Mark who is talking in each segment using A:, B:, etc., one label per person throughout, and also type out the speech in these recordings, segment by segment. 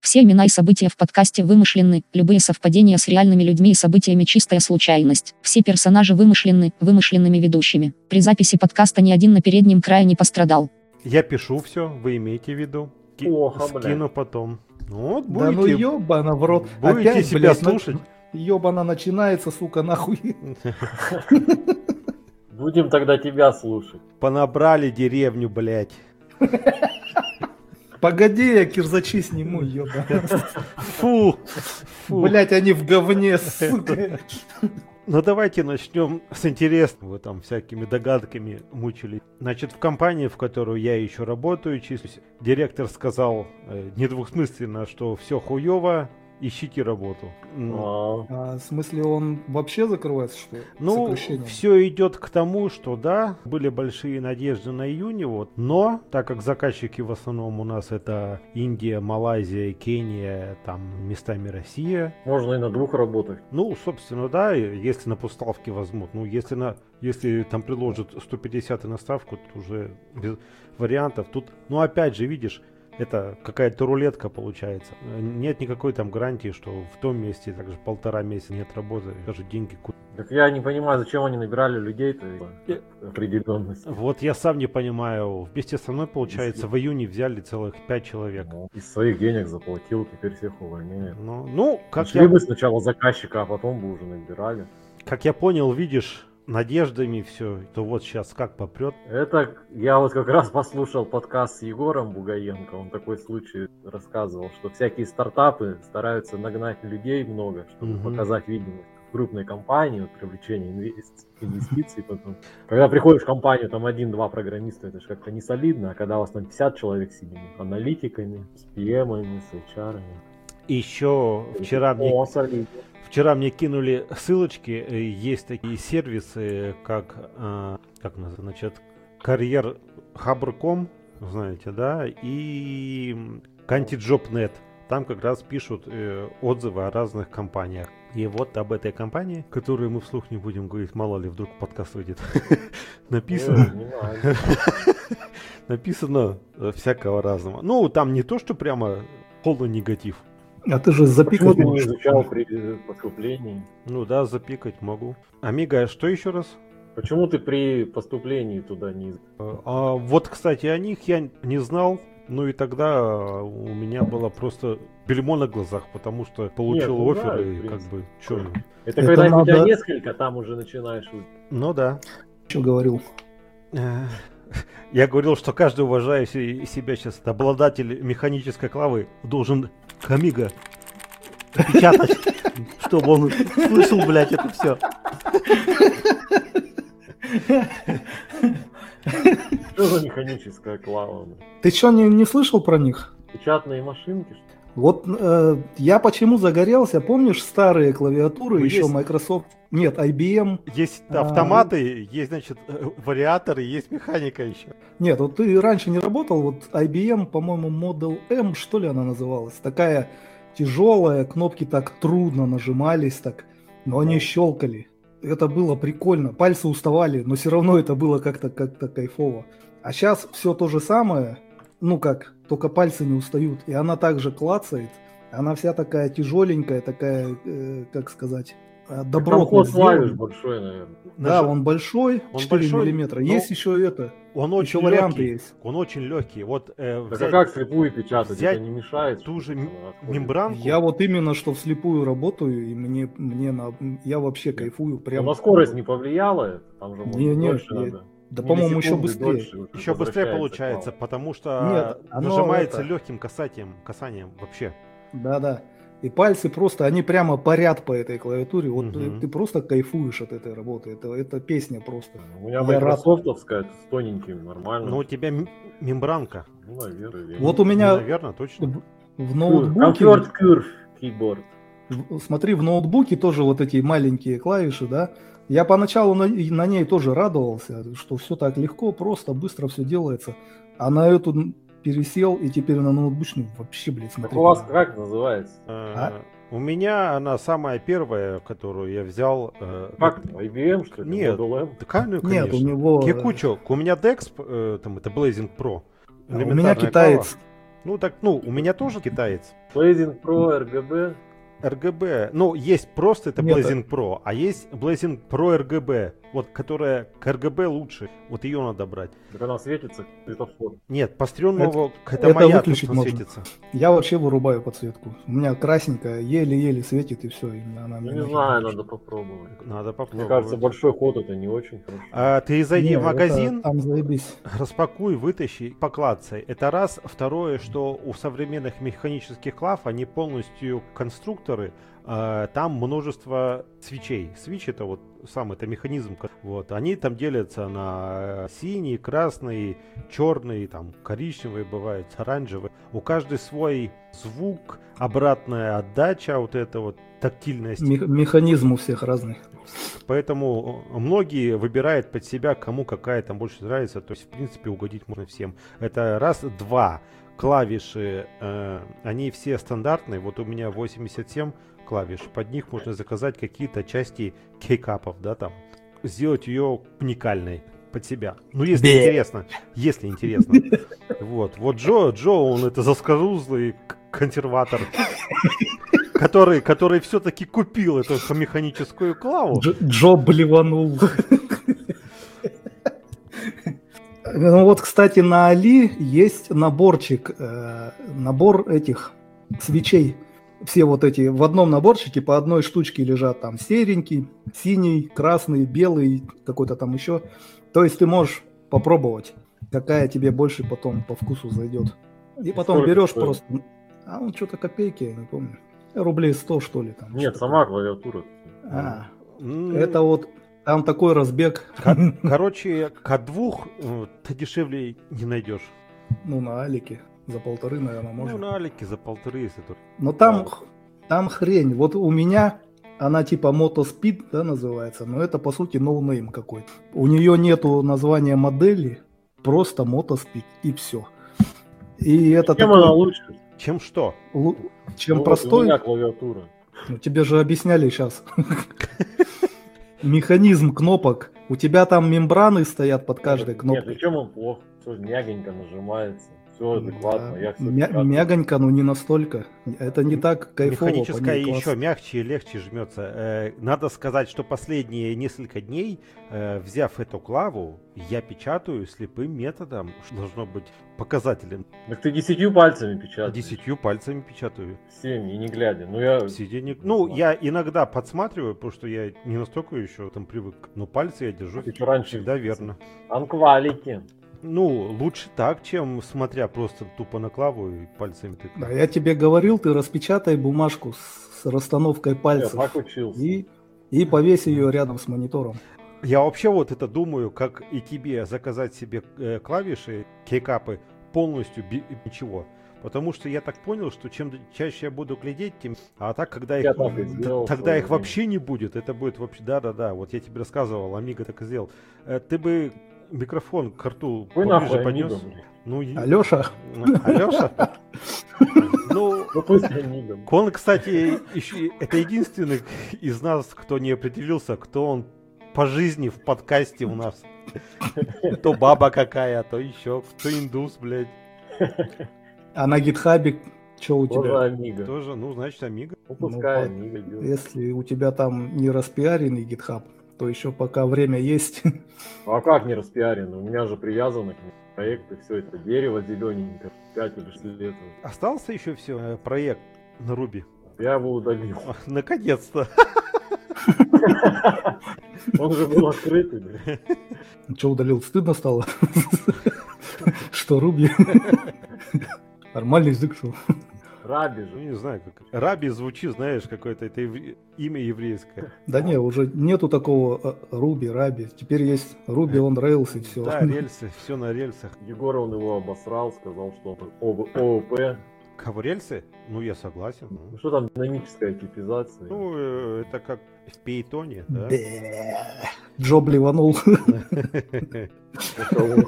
A: Все имена и события в подкасте вымышлены, любые совпадения с реальными людьми и событиями чистая случайность. Все персонажи вымышлены, вымышленными ведущими. При записи подкаста ни один на переднем крае не пострадал.
B: Я пишу все, вы имеете в виду. Ки-
C: Плохо, блядь.
B: скину потом. Ну, Вот
D: Да ну
B: будете,
D: ёбана в рот.
B: будете
D: Опять,
B: себя
D: блядь, на-
B: слушать.
D: ёбана начинается, сука, нахуй.
C: Будем тогда тебя слушать.
B: Понабрали деревню, блядь.
D: Погоди, я кирзачи сниму, ёбана.
B: Фу. Фу.
D: Блять, они в говне, сука.
B: Ну давайте начнем с интересного. Вы там всякими догадками мучили. Значит, в компании, в которую я еще работаю, числюсь, директор сказал э, недвусмысленно, что все хуево, ищите работу. Ну,
C: А,
D: А, в смысле, он вообще закрывается, что ли?
B: Ну,
D: Сокращением?
B: все идет к тому, что да, были большие надежды на июне, вот, но так как заказчики в основном у нас это Индия, Малайзия, Кения, там местами Россия,
C: Можно и на двух работать.
B: ну, собственно, да, и если на поставки возьмут, ну, если на, если там предложат 150 и на ставку, тут уже без вариантов. Тут, ну, опять же, видишь, это какая-то рулетка получается. Э, Нет никакой там гарантии, что в том месте также полтора месяца нет работы, даже деньги ку-
C: Так я не понимаю, зачем они набирали людей-то определенность.
B: Вот я сам не понимаю. Вместе со мной, получается, в июне взяли целых пять человек.
C: Ну, Из своих денег заплатил, теперь всех увольняет.
B: Ну, ну, как,
C: Нашли
B: я,
C: бы сначала заказчика, а потом бы уже набирали.
B: как я понял, видишь, надеждами все, то вот сейчас как попрет.
C: Это я вот как раз послушал подкаст с Егором Бугаенко. Он такой случай рассказывал, что всякие стартапы стараются нагнать людей много, чтобы
B: Мгм.
C: показать видимость крупной компании, вот, привлечение инвес- инвестиций потом. Когда приходишь в компанию, там один-два программиста, это же как-то не солидно, а когда у вас там 50 человек с этими аналитиками, с PM-ами, с HR-ами.
B: И еще вчера мне,
C: О, солидно.
B: вчера мне кинули ссылочки. э, Есть такие сервисы, как, э, как называется, значит, карьер Хабр.ком, знаете, да, и Кантиджоп.нет. Там как раз пишут э, отзывы о разных компаниях. И вот об этой компании, которую мы вслух не будем говорить, мало ли вдруг подкаст выйдет, написано,
C: Не, не надо.
B: написано э, всякого разного. Ну, там не то, что прямо полный негатив.
D: А ты
C: Почему
D: же запикать
C: ты не
D: можешь.
C: изучал при поступлении?
B: Ну да, запикать могу. Амига, что еще раз?
C: Почему ты при поступлении туда не изучал?
B: Э, а вот, кстати, о них я не знал. Ну и тогда э, у меня было просто бельмо на глазах, потому что получил
C: ну да,
B: оферы
C: в
B: и как
C: принципе.
B: бы... чё ну.
C: Это,
D: Это
C: когда у тебя
D: надо-
C: несколько, там уже начинаешь у-
B: Ну да.
D: Что говорил?
B: Э, Я говорил, что каждый уважающий себя сейчас обладатель механической клавы должен Камига печатать, чтобы он слышал, блядь, это все.
C: Что за механическая клава? ну?
D: Ты что, не, не слышал про них?
C: Печатные машинки? что ли?
D: Вот э, я почему загорелся, помнишь старые клавиатуры,
B: Ну,
D: еще
B: есть.
D: Microsoft, нет, IBM.
B: Есть
D: А.
B: автоматы, есть, значит, э, вариаторы, есть механика еще.
D: Нет, вот ты раньше не работал, вот IBM, по-моему, Model M, что ли она называлась, такая тяжелая, кнопки так трудно нажимались так, но они
C: Да.
D: щелкали. Это было прикольно, пальцы уставали, но все равно это было как-то как-то кайфово. А сейчас все то же самое, ну как, только пальцы не устают, и она также клацает, она вся такая тяжеленькая, такая, э, как сказать, э,
C: Там
D: добротно
C: ход клавиш
D: сделана.
C: большой, наверное.
D: Да,
B: Нажи-
D: он большой,
B: Он
D: 4
B: большой,
D: миллиметра.
B: но-
D: Есть еще это,
B: Он
D: еще
B: очень
D: варианты
B: легкий.
D: есть.
B: Он очень легкий. Вот э,
C: Так а
B: взять
C: как слепую печатать?
B: взять
C: это не мешает?
B: ту же
C: что ли,
B: м-
C: она отходит?
B: мембранку.
D: Я вот именно что вслепую работаю, и мне, мне на, я вообще кайфую
C: Ну,
D: прям.
C: на скорость не повлияло? это? Там же можно
D: Не-не,
C: дольше
D: я-
C: надо.
D: Да, по-моему, еще
C: Миллисекунды
D: быстрее.
C: дольше уже
B: Еще быстрее
C: возвращается
B: получается,
C: клава.
B: потому что
D: Нет, оно
B: нажимается
D: это-
B: легким касанием, касанием вообще.
D: Да-да. И пальцы просто, они прямо парят по этой клавиатуре. Вот э,
B: Мгм.
D: ты, ты просто кайфуешь от этой работы. Это, это песня просто.
C: У меня
D: Я
C: майкрософтовская с тоненьким, нормально.
B: Но у тебя м- мембранка.
C: Ну, наверное.
D: Вот у меня
B: Наверное, точно.
D: в, в
C: Comfort
D: ноутбуке,
C: Curve keyboard.
D: в- смотри, в ноутбуке тоже вот эти маленькие клавиши, да. Я поначалу на, и на ней тоже радовался, что все так легко, просто, быстро все делается. А на эту пересел, и теперь на ноутбучную вообще, блядь,
C: Так
D: смотри.
C: у вас как называется?
D: А?
B: Э, У меня она самая первая, которую я взял. э,
C: Как? IBM, что ли?
B: Нет.
C: Model M?
B: Такая, ну,
D: Нет, у
B: конечно.
D: него... э,
B: Кикучо. У меня Dex, э, там, это Blazing Pro.
D: А У меня
B: Элементарная
D: китаец.
B: Ну так, ну, у меня тоже китаец.
C: Blazing Pro, RGB.
B: RGB, ну, есть просто это
D: Нет,
B: Blazing Pro, а есть Blazing Pro RGB, вот которая к RGB лучше, вот ее надо брать.
C: Так она светится, светофор.
B: Нет, пострёмного, это,
D: это
B: моя, тут
D: выключить
B: что
D: можно.
B: светится.
D: Я вообще вырубаю подсветку. У меня красненькая, еле-еле светит и все. она
C: Ну
D: мне
C: не
D: нафиг
C: знаю,
D: не нужна.
C: надо попробовать.
B: Надо
C: Мне
B: попробовать.
C: кажется, большой ход это не очень хорошо.
B: А, ты зайди
D: Не,
B: в магазин,
D: это Там заебись.
B: распакуй, вытащи, поклацай. Это раз. Второе, что у современных механических клав, они полностью конструкторы, а, там множество свечей. Свич это вот сам это механизм. ко- Вот. Они там делятся на э, синий, красный, черный, там коричневые бывают, оранжевые. У каждой свой звук, обратная отдача, вот эта вот тактильность.
D: Мех- механизм у всех разный.
B: Поэтому э, многие выбирают под себя, кому какая там больше нравится. То есть, в принципе, угодить можно всем. Это раз. Два. Клавиши, э, они все стандартные. Вот у меня 87 клавиш. Под них можно заказать какие-то части кейкапов, да, там. Сделать ее уникальной под себя. Ну, если
D: Бе.
B: интересно. Если интересно. Вот. Вот Джо, Джо, он это заскорузлый к- консерватор. Который, который все-таки купил эту механическую клаву.
D: Дж- Джо блеванул. Ну вот, кстати, на Али есть наборчик, э, набор этих свечей. Все вот эти в одном наборчике по одной штучке лежат там серенький, синий, красный, белый, какой-то там еще. То есть ты можешь попробовать, какая тебе больше потом по вкусу зайдет. И потом
C: сколько
D: берешь
C: стоит?
D: просто... А он что-то копейки, я не помню. Рублей 100, что ли там.
C: Нет,
D: что-то.
C: сама клавиатура.
D: А.
B: М,
D: Это вот там такой разбег,
B: ко- короче, к двух э, ты дешевле не найдешь.
D: ну, на Алике. За полторы, наверное,
B: Ну,
D: можно.
B: на Алике за полторы, если только.
D: Но там, х- там хрень. Вот у меня она типа мотоспид, да, называется, но это по сути ноунейм какой-то. У нее нету названия модели, просто мотоспид и все. И это
C: Чем
D: такой
C: она лучше?
B: Чем что?
D: лу- чем
C: Ну, вот У
D: простой,
C: меня клавиатура.
D: ну, тебе же объясняли сейчас. Механизм кнопок. У тебя там мембраны стоят под каждой
C: Нет,
D: кнопкой.
C: ну чем он плох? Все мягенько нажимается. Все Ну, адекватно.
D: Да.
C: Я всё
D: Мя-
C: прекрасно.
D: мягонько, но не настолько. Это не так кайфово. по ней
B: Механическая еще
D: класс-
B: мягче и легче жмется. Э, Надо сказать, что последние несколько дней, э, взяв эту клаву, я печатаю слепым методом, что должно быть показателем.
C: Так ты десятью пальцами печатаешь.
B: Десятью пальцами печатаю.
C: Всеми, и не глядя. Ну я...
B: Сиденье- Ну, я иногда подсматриваю, потому что я не настолько еще там привык. Но пальцы я держу
C: А Ты чё раньше
B: всегда верно.
C: Анквалики.
B: Ну, лучше так, чем смотря просто тупо на клаву и пальцами тыкать.
D: Да, я тебе говорил, ты распечатай бумажку с, с расстановкой
C: Я
D: пальцев
C: так учился.
D: и, и повесь ее рядом с монитором.
B: Я вообще вот это думаю, как и тебе заказать себе э, клавиши, кейкапы полностью би- ничего. Потому что я так понял, что чем д- чаще я буду глядеть, тем... А так, когда их...
C: Я так и сделал в
B: Тогда
C: своё
B: их
C: время.
B: вообще не будет. Это будет вообще... Да-да-да, вот я тебе рассказывал, Амиго так и сделал. Э, Ты бы микрофон к рту поближе
C: Ой, нахуй,
B: поднес.
C: Амиго, блин.
B: Ну, и-
D: Алеша,
B: Алёша? Ну,
C: Ну пусть Амиго.
B: Он, кстати, еще это единственный из нас, кто не определился, кто он по жизни в подкасте у нас. То баба какая, то еще, кто индус, блядь.
D: а на гитхабе что у
C: Тоже
D: тебя?
C: Амиго.
B: Тоже, ну, значит, Амиго.
C: Ну пускай
D: Ну,
C: Амиго делает.
D: Если у тебя там не распиаренный гитхаб, то еще пока время есть.
C: А как не распиарено? У меня же привязаны к нему проекты, все это дерево зелененькое, 5 или 6 лет. уже.
B: Остался еще все, проект на Руби.
C: Я его удалил.
B: А, Наконец-то.
C: Он же был открытый, блин.
D: Че удалил? Стыдно стало? Что, Руби? Нормальный язык, что? ли?
C: Раби
B: Ну,
C: же.
B: не знаю, как. Раби звучит, знаешь, какое-то это евре- имя еврейское.
D: Да не, уже нету такого э, Руби, Раби. Теперь есть Руби,
C: Э,
D: он Rails и все.
B: Да, рельсы, все на рельсах.
C: Егор, он его обосрал, сказал, что он ОВ- ООП.
B: Кого рельсы? Ну, я согласен.
C: Ну
B: Ну,
C: что там, динамическая типизация?
B: Ну, э, это как в пейтоне, да?
D: Джо блеванул.
C: Кого?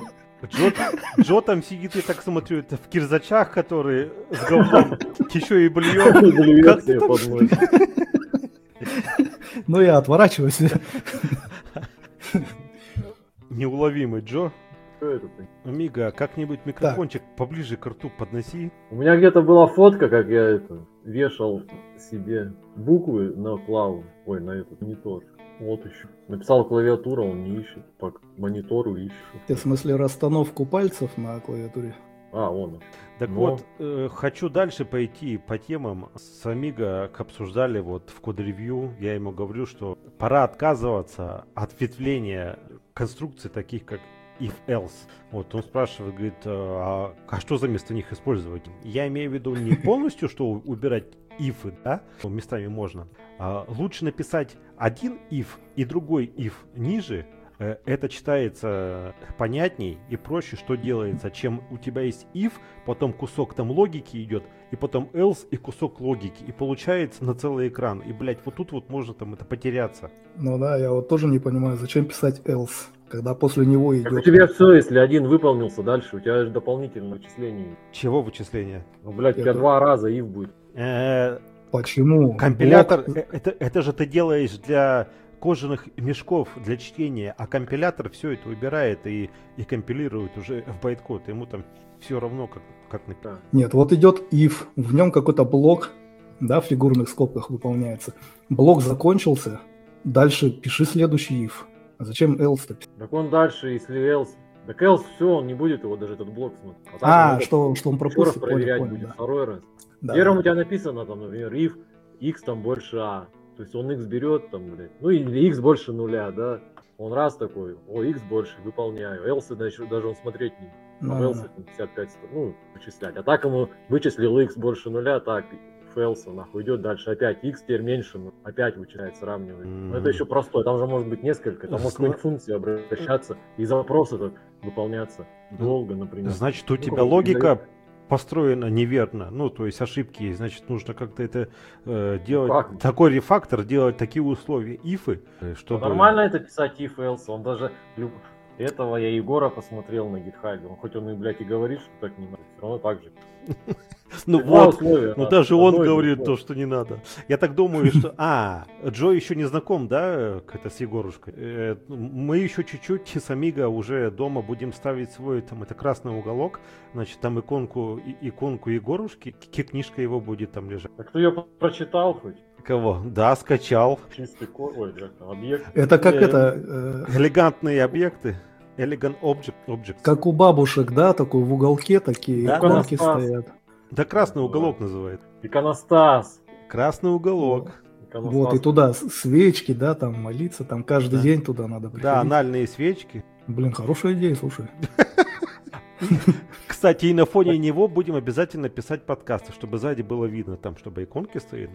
B: Джо, Джо там сидит, я так смотрю, это в кирзачах, которые с говном еще и блюет.
C: Блюет
B: ты
C: себе
B: там-
C: под ноги.
D: Ну я отворачиваюсь.
B: Неуловимый Джо.
C: Что это? -то?
B: Мига, как-нибудь микрофончик поближе к рту подноси.
C: У меня где-то была фотка, как я это вешал себе буквы на клаву, ой, на этот монитор. Вот еще. Написал клавиатура, он не ищет. По монитору ищу.
D: Ты в смысле расстановку пальцев на клавиатуре?
C: А, он.
B: Так
C: Но-
B: вот, э, хочу дальше пойти по темам. С Амиго обсуждали вот в код-ревью. Я ему говорю, что пора отказываться от ветвления конструкций таких, как if-else. Вот он спрашивает, говорит, э, а, а что за место них использовать? Я имею в виду не полностью, что у- убирать ифы, да, Ну, местами можно. А, лучше написать один if и другой if ниже, Э, это читается понятней и проще, что делается, чем у тебя есть if, потом кусок там логики идет, и потом else и кусок логики, и получается на целый экран. И, блядь, вот тут вот можно там это потеряться.
D: Ну да, я вот тоже не понимаю, зачем писать else, когда после него
C: Так у
D: идет...
C: тебя все, если один выполнился дальше, у тебя же дополнительное вычисление.
B: Чего вычисления?
C: Ну, блядь, у тебя
D: Это-
C: два раза if будет.
B: Э,
D: Почему?
B: Компилятор,
D: Блок-
B: э, это, это же ты делаешь для кожаных мешков для чтения, а компилятор все это убирает и, и компилирует уже в байткод. Ему там все равно, как, как написано.
D: Нет, вот идет if, в нем какой-то блок, да, в фигурных скобках выполняется. Блок закончился, дальше пиши следующий if. А зачем else-то?
C: Так он дальше, если else... Так else все, он не будет его даже этот блок смотреть. так он
D: А,
C: этот
D: что, что он
C: Еще раз
D: пропустит? Понял,
C: проверять
D: понял,
C: будет,
D: да.
C: второй раз.
D: Да.
C: Первым у тебя написано, там, например, if x там больше a. То есть он x берет, там, блядь, ну или x больше нуля, да. Он раз такой, о, x больше, выполняю. Else, значит, даже он смотреть не будет.
D: Да,
C: А в
D: Ну, да,
C: else это 55, сто- ну, вычислять. А так ему вычислил x больше нуля, так, фэлса нахуй идет дальше опять x теперь меньше ну, опять вычисляет сравнивает
B: Мгм.
C: но это еще простое там же может быть несколько там может
B: Зна-
C: к функции обращаться и запрос этот выполняться долго например
B: Значит, у
C: Ну,
B: тебя
C: как бы
B: логика
C: передает.
B: построена неверно. Ну, то есть ошибки, есть. значит, нужно как-то это э, делать.
C: Рефактор.
B: Такой рефактор, делать такие условия, ифы, э, чтобы...
C: Ну, Нормально это писать if else, он даже люб- этого я Егора посмотрел на гитхабе, он хоть он и, блядь, и говорит, что так не надо, все равно так же.
B: Ну
C: Два
B: вот,
C: условия,
B: ну
C: а,
B: даже он
C: одно и
B: говорит то,
C: другое.
B: что не надо. Я так думаю, что... А, Джо еще не знаком, да, к- это с Егорушкой? Э, Мы еще чуть-чуть с Амиго уже дома будем ставить свой, там, это красный уголок, значит, там иконку, и- иконку Егорушки, ки- книжка его будет там лежать.
C: Так ты ее прочитал хоть?
B: Кого? Да, скачал.
C: Чистый ко... Ой, как там, объект.
D: Это как
B: Э,
D: это, э,
B: Элегантные объекты. Elegant object, objects.
D: как у бабушек, да, такой в уголке такие
B: Да,
D: иконки
C: да.
D: стоят.
B: Да красный уголок называют.
C: Иконостас.
B: Красный уголок.
C: Иконостас.
D: Вот, и туда с- свечки, да, там молиться, там каждый
B: Да.
D: день туда надо приходить.
B: Да, анальные свечки.
D: Блин, хорошая идея, слушай.
B: Кстати, и на фоне него будем обязательно писать подкасты, чтобы сзади было видно, там, чтобы иконки стоят.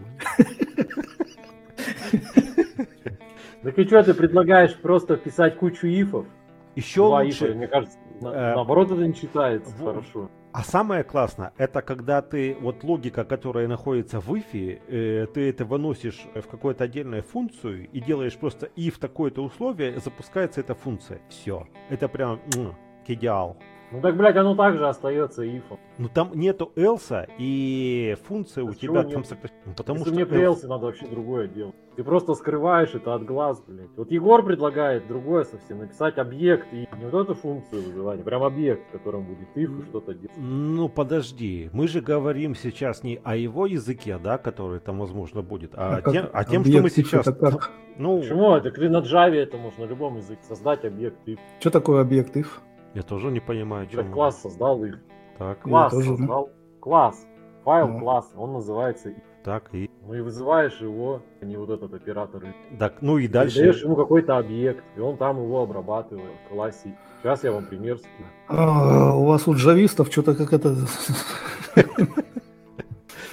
C: Так и что ты предлагаешь просто писать кучу ифов?
B: Еще
C: Два ифа,
B: лучше.
C: мне кажется, на-
B: Э,
C: наоборот это не читается
B: во-
C: хорошо.
B: А самое классное, это когда ты, вот логика, которая находится в ифе, э, ты это выносишь в какую-то отдельную функцию и делаешь просто if такое-то условие, запускается эта функция. Все. Это прям м, идеал.
C: Ну так, блядь, оно также остается ифом.
B: Ну там нету элса и функция у
C: А
B: тебя
C: чего
B: там
C: нет?
B: сокращ- Ну, Потому
C: Если
B: что
C: мне
B: else.
C: прелся, надо вообще другое делать. Ты просто скрываешь это от глаз, блядь. Вот Егор предлагает другое совсем, написать объект и не вот эту функцию вызывания, прям объект, в котором будет if и что-то делать.
B: Ну подожди, мы же говорим сейчас не о его языке, да, который там возможно будет, а,
D: как
B: тем, а тем, что мы
D: объект типа if
B: сейчас.
D: это как?
B: Ну,
C: Почему? Это ты на Java это можно на любом языке создать объект if.
D: Что такое объект if?
B: я тоже не понимаю,
C: Блядь,
B: чем.
C: класс создал if.
B: Так,
D: Ну, я
C: Класс
D: тоже, ну.
C: создал. Класс. Файл
D: Ну.
C: класс, он называется if.
B: так и
C: Ну и вызываешь его, а не вот этот оператор if.
B: так, ну и
C: Даешь
B: дальше.
C: ему какой-то объект, и он там его обрабатывает в классе. Сейчас я вам пример скину.
D: А, у вас у джавистов что-то как это...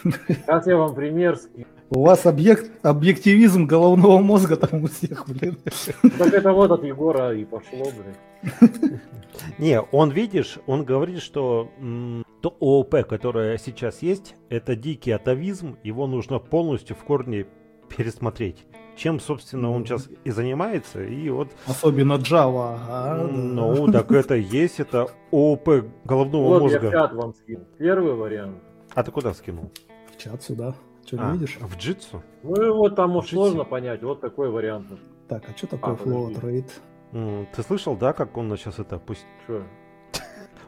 C: Сейчас я вам пример скину.
D: У вас объект, объективизм головного мозга там у всех, блин.
C: Ну Так это вот от Егора и пошло, блядь.
B: Не, он видишь, он говорит, что м, то ООП, которое сейчас есть, это дикий атовизм, его нужно полностью в корне пересмотреть. Чем, собственно, он сейчас и занимается, и вот
D: Особенно Java.
C: А,
D: ага, да.
B: Ну, так это и есть, это ООП головного
C: Вот я в
B: мозга.
C: чат вам скинул. Первый вариант.
B: А ты куда скинул?
D: В чат сюда. Что,
B: А,
D: не видишь?
B: В джитсу?
C: Ну и вот там уж
B: Жить.
C: сложно понять, вот такой вариант.
D: Так, а что такое
C: подожди.
D: float rate?
B: М, Ты слышал, да, как он сейчас это пусть
C: Че?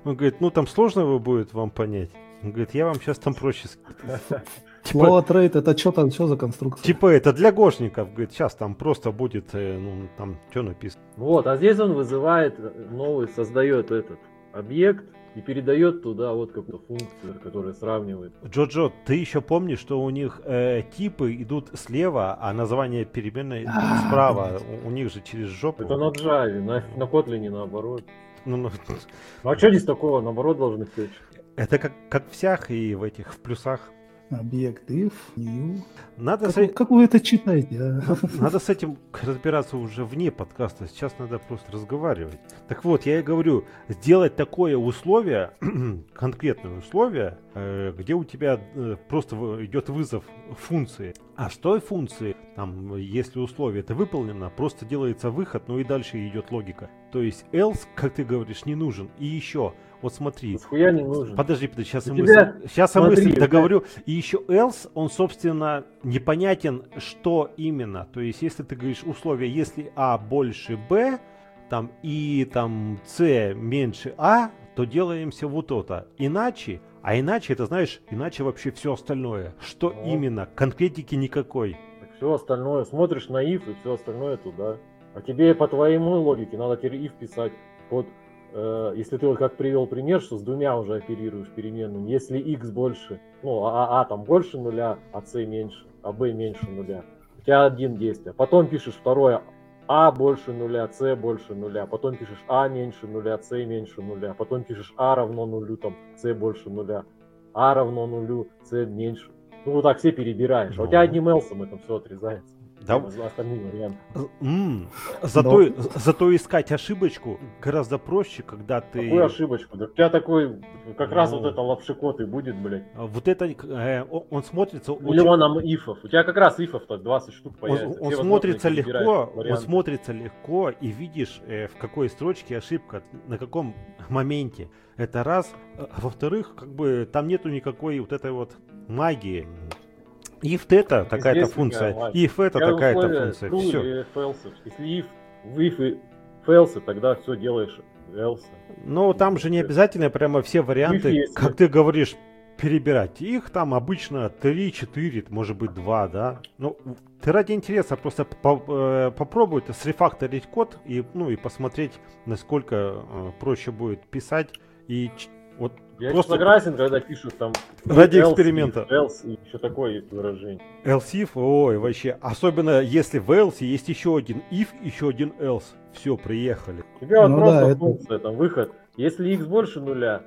B: Он говорит, ну там сложно его будет вам понять. Он говорит, я вам сейчас там проще... ск-
D: Слово трейд, это что там, что за конструкция?
B: Типа это для гошников. Говорит, сейчас там просто будет, э, ну там что написано.
C: Вот, а здесь он вызывает э, новый, создает этот объект и передает туда вот какую-то функцию, которая сравнивает.
B: Джо-Джо, ты еще помнишь, что у них э, типы идут слева, а название переменной
D: А,
B: справа. У, у них же через жопу.
C: Это на Java, на, на Kotlin наоборот.
B: Ну, ну,
C: Ну а что здесь такого? Наоборот должны встретить.
B: это как, как в сях и в этих в плюсах.
D: Объект if, new.
B: Надо,
D: Как,
B: с, э-
D: вы- как вы это читаете? а?
B: надо с этим разбираться уже вне подкаста. Сейчас надо просто разговаривать. Так вот, я и говорю, сделать такое условие, конкретное условие, э, где у тебя э, просто в- идет вызов функции. А с той функции, там, если условие это выполнено, просто делается выход, ну и дальше идет логика. То есть else, как ты говоришь, не нужен. И еще, вот смотри,
C: Схуя не нужен.
B: Подожди, подожди, сейчас
C: У
B: я
C: тебя-
B: мысль, сейчас я
C: смотри,
B: мысль
C: у тебя-
B: договорю. И еще else, он, собственно, непонятен, что именно. То есть, если ты говоришь условие, если А больше Б, там, и там С меньше А, то делаемся вот то-то. Иначе, а иначе, это знаешь, иначе вообще все остальное. Что
C: Ну.
B: именно? Конкретики никакой.
C: Все остальное. Смотришь на if и все остальное туда. А тебе по твоему логике надо теперь if писать. Вот э, если ты вот как привел пример, что с двумя уже оперируешь переменным. Если x больше, ну а, а там больше нуля, а c меньше, а b меньше нуля. У тебя один действие. Потом пишешь второе а больше нуля, c больше нуля, потом пишешь а меньше нуля, c меньше нуля, потом пишешь а равно нулю, там c больше нуля, а равно нулю, c меньше. Ну вот так все перебираешь. А у тебя
B: Ну.
C: одним элсом это все отрезается.
B: Да,
C: Там остальные варианты. Ну.
B: м, зато, зато искать ошибочку гораздо проще, когда ты...
C: Какую ошибочку? Да у тебя такой, как раз
B: Ну.
C: вот это лапшикот и будет, блядь.
B: А, Вот это э, о- он смотрится очень-
C: Миллионом ифов. У тебя как раз ифов-то 20 штук появится.
B: Ну, Он,
C: Все
B: он
C: возможные
B: смотрится
C: перебираешь
B: легко, он
C: варианты.
B: смотрится легко и видишь, э, в какой строчке ошибка, на каком моменте. Это раз. А во-вторых, как бы там нету никакой вот этой вот магии. If это такая-то
C: Здесь
B: функция,
C: такая магия.
B: if это
C: Я
B: такая-то
C: условия
B: функция.
C: true
B: Все.
C: или false. Если if, в if и фейлсы, тогда все делаешь else.
B: Но Ну, там же не обязательно прямо все варианты,
C: Э, есть.
B: как ты говоришь, перебирать. Их там обычно 3-4, может быть 2, да? Ну, ты ради интереса просто по- э, попробуй ты срефакторить код и, ну, и посмотреть, насколько э, проще будет писать. И ч- вот
C: Я
B: Просто-
C: Просто... согласен, когда пишут там
B: Ради
C: else,
B: эксперимента.
C: Else и еще такое есть выражение.
B: elseif, ой, вообще, особенно если в else есть еще один if, еще один else. Все, приехали.
C: У тебя вот
D: Ну
C: просто
D: да, это-
C: функция, там выход. Если x больше нуля,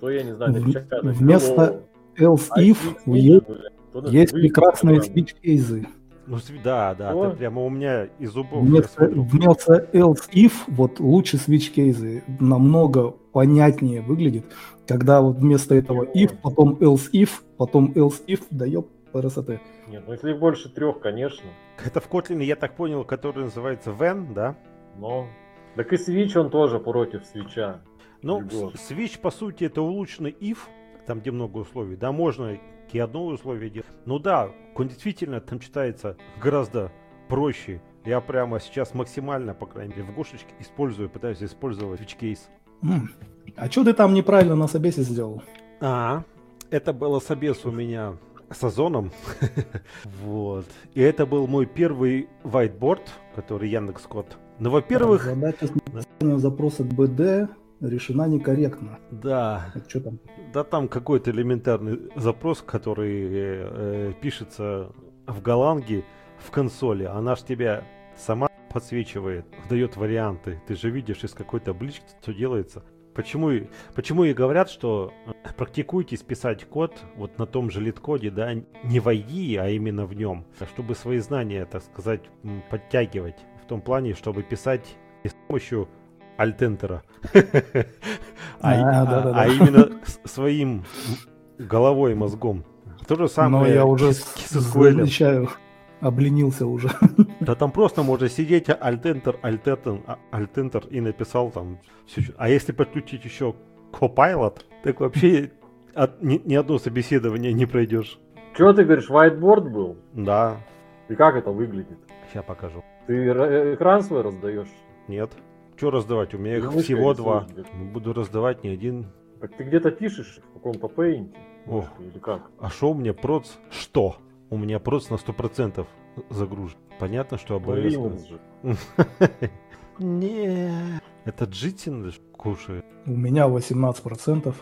C: то я не знаю,
D: В-
C: напечатать hello.
D: вместо Else
C: А ну,
D: if
C: если x меньше
D: есть,
C: нуля, то надо
D: есть
C: выиграть
D: прекрасные
C: программу.
D: спич-кейзы.
B: Ну, с- да, да,
C: О.
B: ты прямо у меня из зубов. я
D: Вместо,
B: смотрю.
D: вместо else if вот лучше switch кейзы намного понятнее выглядит, когда вот вместо этого if, потом else if, потом else if, да ёп, красоты.
C: Нет, ну если их больше трех, конечно.
B: Это в Kotlin, я так понял, который называется when, да?
C: Но. Так и свич он тоже против свеча.
B: Ну,
C: Любого.
B: с- Switch, по сути, это улучшенный if, там, где много условий. Да, можно и одно условие делать. Ну да, он действительно там читается гораздо проще. Я прямо сейчас максимально, по крайней мере, в гошечке использую, пытаюсь использовать switch кейс.
D: М. А что ты там неправильно на собесе сделал?
B: А, это было собес у меня с Озоном. вот. И это был мой первый whiteboard, который Яндекс Код. Ну, во-первых,
D: Задача с написанием запроса к БД решена некорректно.
B: да,
D: Это что там?
B: Да там какой-то элементарный запрос, который э, э, пишется в Голанге в консоли. Она ж тебя сама подсвечивает, дает варианты. Ты же видишь из какой таблички, что делается. Почему, и- почему и говорят, что э, практикуйтесь писать код вот на том же лид-коде, да, не в IDE, а именно в нем, чтобы свои знания, так сказать, м, подтягивать в том плане, чтобы писать не с помощью альтентера, а, и-
D: А,
B: а-
D: да-да-да.
B: а именно с- своим головой, мозгом. То же самое
D: Но я уже
B: с- с SQL.
D: замечаю, обленился уже.
B: Да там просто можно сидеть а альтентер, альтентер, а, альтентер и написал там все. А если подключить еще Copilot, так вообще от- ни, ни одно собеседование не пройдешь.
C: Чего ты говоришь, whiteboard был?
B: Да,
C: И как это выглядит? э,
B: сейчас покажу.
C: Ты ра- экран свой раздаешь?
B: Нет. Что раздавать? У меня их
C: Мышка
B: всего
C: рисует,
B: два. Ну,
C: блядь.
B: Буду раздавать не один.
C: Так ты где-то пишешь в каком-то пейнте?
B: О.
C: Мышку Или как?
B: А что у меня проц? Что? У меня проц на 100% загружен. Понятно, что
C: Ну,
B: АБС.
C: Linux же.
B: Не. Это Джитин кушает.
D: У меня 18%.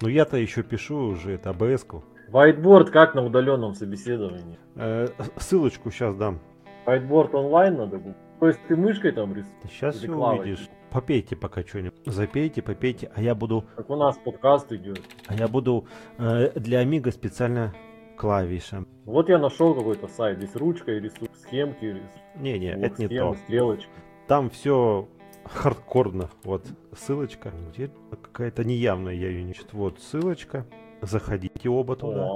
B: Ну я-то еще пишу уже, это АБС. -ку.
C: Whiteboard как на удаленном собеседовании?
B: Э, ссылочку сейчас дам.
C: Whiteboard онлайн надо будет? То есть ты мышкой там рисуешь?
B: Сейчас
C: Или
B: все
C: клавой?
B: увидишь. Попейте пока что-нибудь. Запейте, попейте. А я буду,
C: Как у нас подкаст идет.
B: а я буду э, для Амиго специально клавишем.
C: Вот я нашел какой-то сайт. Здесь ручкой рисую, схемки рисую.
B: Не-не,
C: Вот
B: это не
C: схема,
B: то.
C: Стрелочки.
B: Там все хардкорно. Вот ссылочка. Где какая-то неявная я ее не читаю. Вот ссылочка. Заходите оба туда.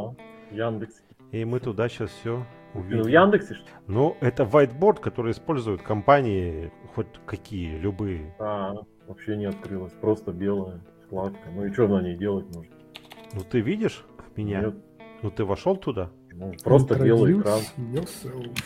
C: Да. Яндекс.
B: И мы туда сейчас все
C: Ты в
B: увидим.
C: Яндексе что ли?
B: Ну, это whiteboard, который используют компании, хоть какие, любые.
C: А, вообще не открылось. Просто белая вкладка. Ну и что на ней делать нужно?
B: Ну, ты видишь меня?
C: Нет.
B: Ну, ты вошел туда?
C: Ну, просто белый
D: Introduce
C: экран.
D: yourself.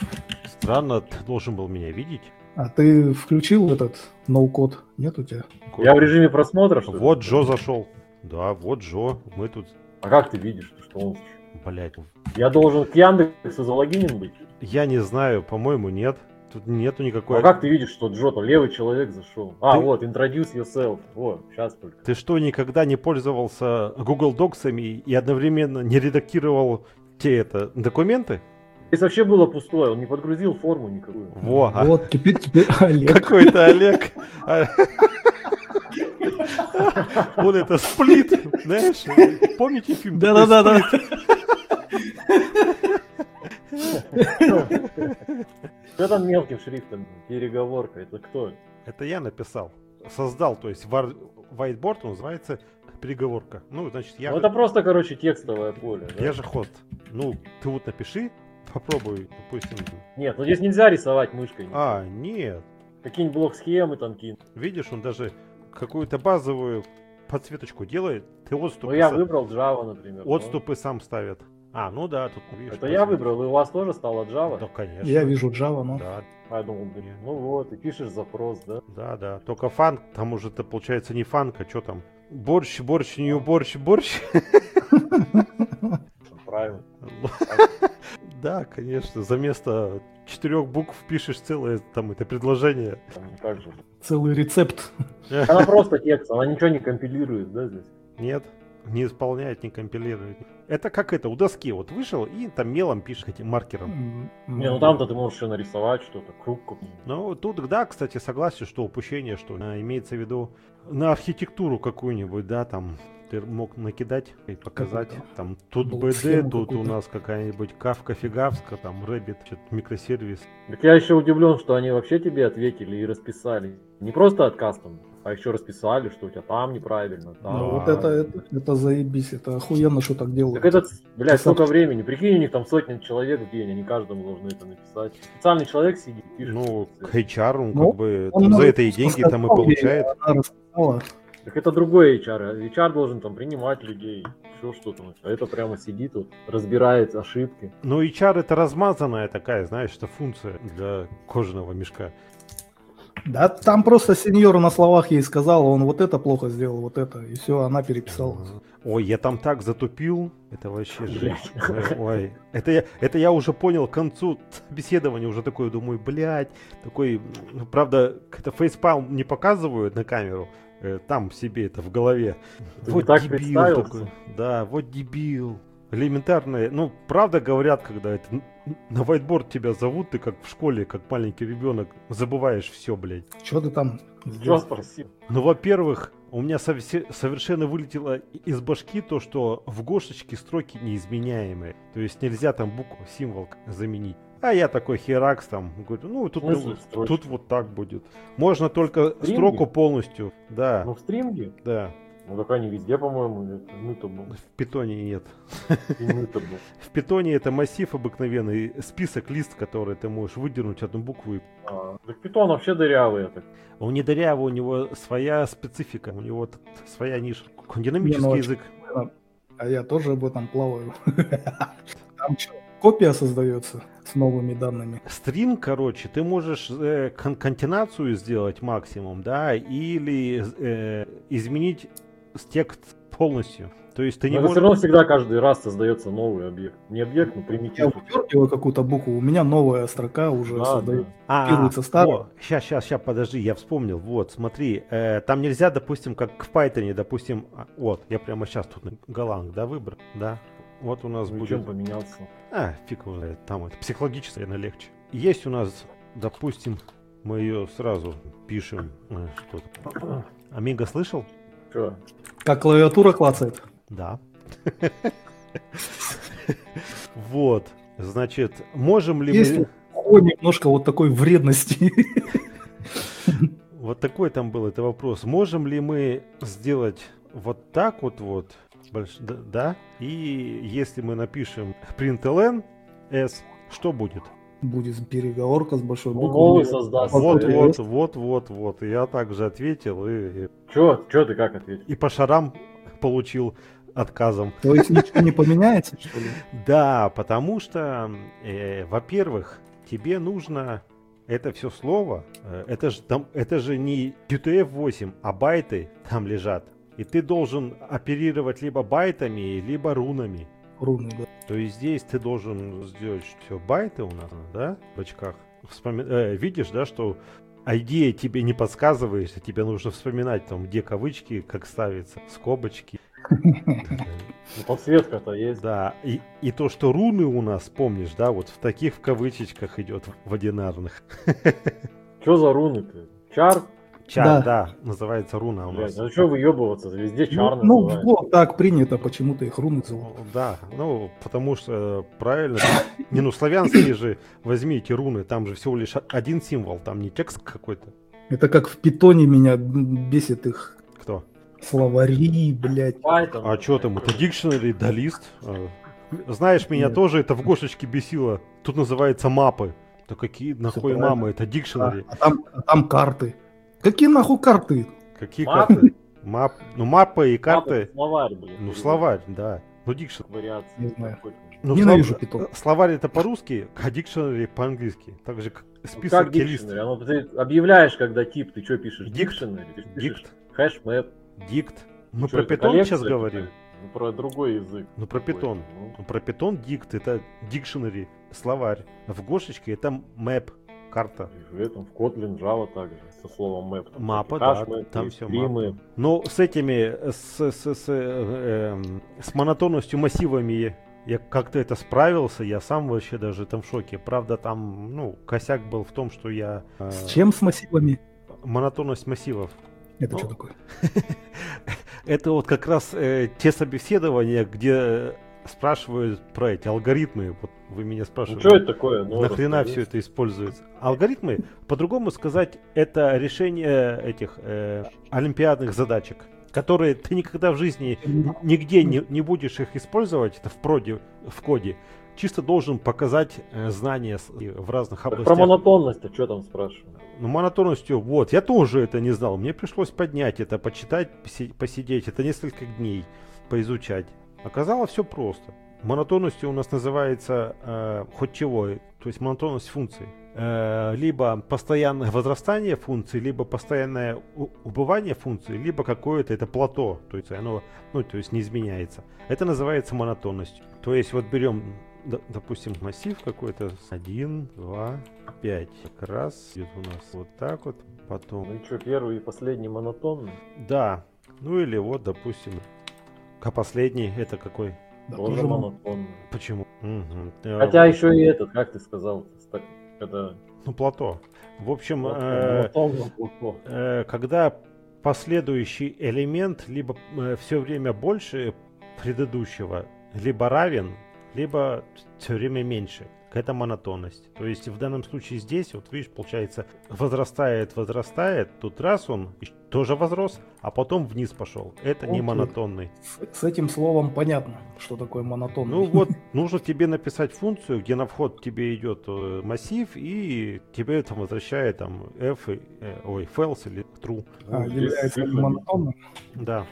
B: Странно, ты должен был меня видеть.
D: А ты включил этот ноу-код? Нет у тебя?
C: Я в режиме просмотра, что ли?
B: Вот Джо зашел. Да, вот Джо. Мы тут,
C: А как ты видишь, что он...
B: блядь.
C: Я должен к Яндексу залогинен быть?
B: Я не знаю, по-моему, нет. Тут нету никакой...
C: А как ты видишь, что Джо там левый человек зашел? А,
B: Ты-
C: вот, introduce yourself. Вот, сейчас только.
B: Ты что, никогда не пользовался Google Docs'ами и одновременно не редактировал те это документы?
C: Здесь вообще было пустое, он не подгрузил форму никакую.
B: Во, а
D: Вот, теперь, теперь Олег.
B: какой-то Олег. А. Вот это сплит, знаешь, помните фильм? такой
D: Да-да-да.
C: Что там мелким шрифтом? Переговорка, это кто?
B: Это я написал. Создал, то есть вар... whiteboard он называется переговорка. Ну, значит, я,
C: Ну это просто, короче, текстовое поле. да?
B: я же хост. Ну, ты вот напиши, попробуй, допустим.
C: Нет, ну здесь нельзя рисовать мышкой.
B: А, нет.
C: Какие-нибудь блок-схемы там кинуть.
B: Видишь, он даже какую-то базовую подсветочку делает. Ты
C: Ну
B: отступы,
C: я
B: са-
C: выбрал Java, например. да.
B: отступы сам ставит. А, ну да, тут видишь.
C: Это я
B: подсветочка.
C: выбрал, и у вас тоже стало Java?
B: Да, конечно.
D: Я вижу Java, но...
B: Да,
C: А я думал, блин, ну вот, и пишешь запрос, да?
B: да, да. Только фанк, там уже это получается не фанк, а что там? Борщ, борщ, не борщ, борщ.
C: Правильно.
B: Да, конечно, за место четырех букв пишешь целое там это предложение.
C: Там Как же.
D: Целый рецепт.
C: Она просто текст, она ничего не компилирует, да, здесь?
B: Нет, не исполняет, не компилирует. Это как это, у доски вот вышел и там мелом пишешь этим маркером.
D: М,
C: Не, ну там-то ты можешь еще нарисовать что-то, круг какой-нибудь.
B: Ну, тут, да, кстати, согласен, что упущение, что э, имеется в виду на архитектуру какую-нибудь, да, там ты мог накидать и показать.
D: Какую-то
B: Там тут
D: блок
B: БД,
D: схему
B: тут у
D: какую-то.
B: нас какая-нибудь кавка фигавска, там Рэббит, микросервис.
C: Так я еще удивлен, что они вообще тебе ответили и расписали. Не просто отказ там, а еще расписали, что у тебя там неправильно, там.
D: Ну,
B: Да.
D: вот это, это, это заебись, это охуенно, что так делают.
C: Так этот, блядь,
D: Ты сам-
C: сколько времени? Прикинь, у них там сотни человек в день, они каждому должны это написать. Специальный человек сидит, пишет.
B: Ну, к HR, он
D: Ну,
B: как бы
D: он
B: там за
D: может
B: это и деньги
D: сказал
B: там и
D: ей,
B: получает.
D: Она рассказала.
C: Так это другой HR. HR должен там принимать людей, еще что-то. А это прямо сидит, вот, разбирает ошибки.
B: Но HR Ну, это размазанная такая, знаешь, что функция для кожаного мешка.
D: Да, там просто сеньор на словах ей сказал, он вот это плохо сделал, вот это, и все, она переписала.
B: Э, Ой, я там так затупил. Это вообще жесть.
C: Блядь.
B: Ой, это я, это я уже понял к концу собеседования, уже такой думаю, блядь, такой, ну, правда, это фейспалм не показывают на камеру, э, там себе это в голове.
C: Ты не так представился.
B: Да, вот дебил. Элементарные, ну, правда говорят, когда это н- на whiteboard тебя зовут, ты как в школе, как маленький ребенок, забываешь все, блядь.
D: Что ты там
C: Чё
D: сделал?
C: спросил?
B: Ну, во-первых, у меня совсе- совершенно вылетело из башки то, что в Гошечке строки неизменяемые. То есть нельзя там букву, символ к- заменить. А я такой херакс там, говорю, ну тут,
C: В смысле
B: ну,
C: строчки?
B: тут вот так будет. Можно только
C: Стринги?
B: строку полностью, да,
C: Ну, в стринге?
B: да.
C: Ну, так они везде, по-моему, «Ну, это immutable.
B: В питоне нет.
C: Immutable.
B: В питоне это массив обыкновенный, список, лист, который ты можешь выдернуть одну букву. и-
C: А, Так питон вообще дырявый. это.
B: Он не дырявый, у него своя специфика, у него т- своя ниша. Динамический
D: очень
B: язык.
D: А я тоже об этом плаваю. Там что? копия создается с новыми данными.
B: Стрим, короче, ты можешь э, кон- континацию сделать максимум, да, или э, изменить текст полностью. То есть ты
C: Но
B: не
C: это
B: можешь...
C: все равно всегда каждый раз создается новый объект. Не объект, но
D: Я
C: примитив.
D: выдергиваю какую-то букву, у меня новая строка уже
C: Да,
D: создает.
C: да.
B: А,
D: копируется старое.
B: сейчас, сейчас, сейчас, подожди, я вспомнил. Вот, смотри, э, там нельзя, допустим, как в Python, допустим, а, вот, я прямо сейчас тут на Голанг, да, выбор, да. Вот у нас
C: Ну,
B: будет...
C: Чем поменялся?
B: А, фиг его знает, там это психологически, наверное, легче. Есть у нас, допустим, мы ее сразу пишем, э, что то Амиго слышал?
C: Че?
D: Как клавиатура клацает.
B: Да. Вот, значит, можем ли
D: Есть
B: мы...
D: О, немножко вот такой вредности.
B: Вот такой там был это вопрос. Можем ли мы сделать вот так вот вот? Больш- д- Да. И если мы напишем println s, что будет?
D: Будет переговорка с большой
C: Ну, новый
D: буквой.
C: создастся.
B: Вот,
D: Посмотри.
B: вот, вот, вот, вот. Я также ответил и,
C: Че? Че ты как ответишь?
B: и по шарам получил отказом.
D: То есть ничего не поменяется, что ли?
B: Да, потому что, э, во-первых, тебе нужно это все слово, э, это же там, это же не UTF-8, а байты там лежат. И ты должен оперировать либо байтами, либо рунами.
D: Руны, да.
B: То есть здесь ты должен сделать все байты у нас, да, в очках. Вспоми- э, видишь, да, что идея тебе не подсказываешь, а тебе нужно вспоминать там, где кавычки, как ставятся, скобочки.
C: Ну, Подсветка-то есть.
B: Да, и, и то, что руны у нас, помнишь, да, вот в таких в кавычечках идет в одинарных.
C: Че за руны-то? Чар?
B: Чар, да.
D: Да.
B: называется руна у
C: Блядь,
B: нас.
C: ну что выебываться? Везде чар
D: Ну, ну,
C: называют.
D: вот так принято, почему-то их руны зовут.
B: Ну, Да, ну, потому что э, правильно, не ну славянские же, возьмите руны, там же всего лишь один символ, там не текст какой-то.
D: Это как в питоне меня бесит их
B: Кто?
D: словари, блядь.
C: Python,
B: А что там, это дикшнери, да лист? Э, Знаешь, меня
D: Нет.
B: тоже это в Гошечке бесило. Тут называется мапы. Да какие нахуй
D: правильно.
B: мамы, это
D: А,
B: дикшнери.
D: а там, а там карты. Какие нахуй карты?
B: Какие
C: Мапы?
B: карты? Мап... Ну, мапы и карты.
C: Папа, Словарь, блин.
B: Ну, словарь, да. Ну, дикшн.
C: Вариации.
D: Не знаю.
C: какой-то.
B: Ну,
D: Ненавижу
B: слов-
D: питон.
B: Словарь это по-русски, а дикшнери по-английски. Так же, как
C: Ну,
B: список
C: Как
B: и
C: дикшнери? Оно- Ты объявляешь, когда тип, ты что пишешь?
B: Дикт.
C: Дикшнери? Ты пишешь
B: Дикт,
C: хэшмэп.
B: дикт. Мы
C: Чё,
B: Ну, про
C: это
B: питон
C: коллекция
B: сейчас говорим.
C: какая-то? Ну, про другой язык.
B: Ну, про
C: какой-то,
B: питон.
C: ну.
B: Ну, Про питон дикт, это дикшнери, словарь. А В Гошечке это мэп, карта.
C: И В этом, в Kotlin, Java также, со словом map. Там
B: Мапа,
C: всякие
B: да,
C: хэшмэпы,
B: там всё
C: стримы.
B: Но с этими, с, с, с, э, эм, с монотонностью массивами я как-то это справился, я сам вообще даже там в шоке. Правда, там, ну, косяк был в том, что я... э,
D: С чем с массивами?
B: Монотонность массивов.
D: Это
C: Ну.
D: что такое?
B: Это вот как раз э, те собеседования, где э, спрашивают про эти алгоритмы. Вот вы меня
C: Ну,
B: спрашиваете.
C: что это такое? Ну,
B: Нахрена
C: расскажи.
B: все это используется? Алгоритмы, по-другому сказать, это решение этих э, олимпиадных задачек, которые ты никогда в жизни нигде не, не будешь их использовать, это в проде, в коде. Чисто должен показать э, знания с- и в разных
C: Так
B: областях.
C: Про монотонность, а что там спрашивают?
B: Ну, монотонностью, вот, я тоже это не знал. Мне пришлось поднять это, почитать, поси- посидеть. Это несколько дней поизучать. Оказалось все просто. Монотонностью у нас называется э, хоть чего, э, то есть монотонность функций. Э, либо постоянное возрастание функции, либо постоянное у- убывание функции, либо какое-то это плато, то есть оно, ну, то есть не изменяется. Это называется монотонностью. То есть вот берем, д- допустим, массив какой-то, 1, 2, 5, как раз идет у нас вот так вот, потом
C: Ну и что, первый и последний монотонный?
B: да. Ну или вот, допустим, а последний это какой?
D: Да,
C: Тоже
D: тоже мон-
C: монотонный.
B: Почему? Мгм. Э,
C: Хотя еще и этот, как ты сказал, ста- это
B: Ну, плато. В общем, э,
C: монотонно плохо.
B: э, когда последующий элемент либо все время больше предыдущего, либо равен, либо все время меньше. Это монотонность. То есть в данном случае здесь, вот видишь, получается, возрастает, возрастает, тут раз он и тоже возрос, а потом вниз пошел. Это не
D: Окей.
B: монотонный.
D: С- С этим словом понятно, что такое монотонно.
B: Ну вот, нужно тебе написать функцию, где на вход тебе идет э, массив, и тебе там возвращает там f, и, э, ой, false или true.
D: А,
C: Ну, здесь
D: является
C: сильно-
D: монотонным.
B: Да.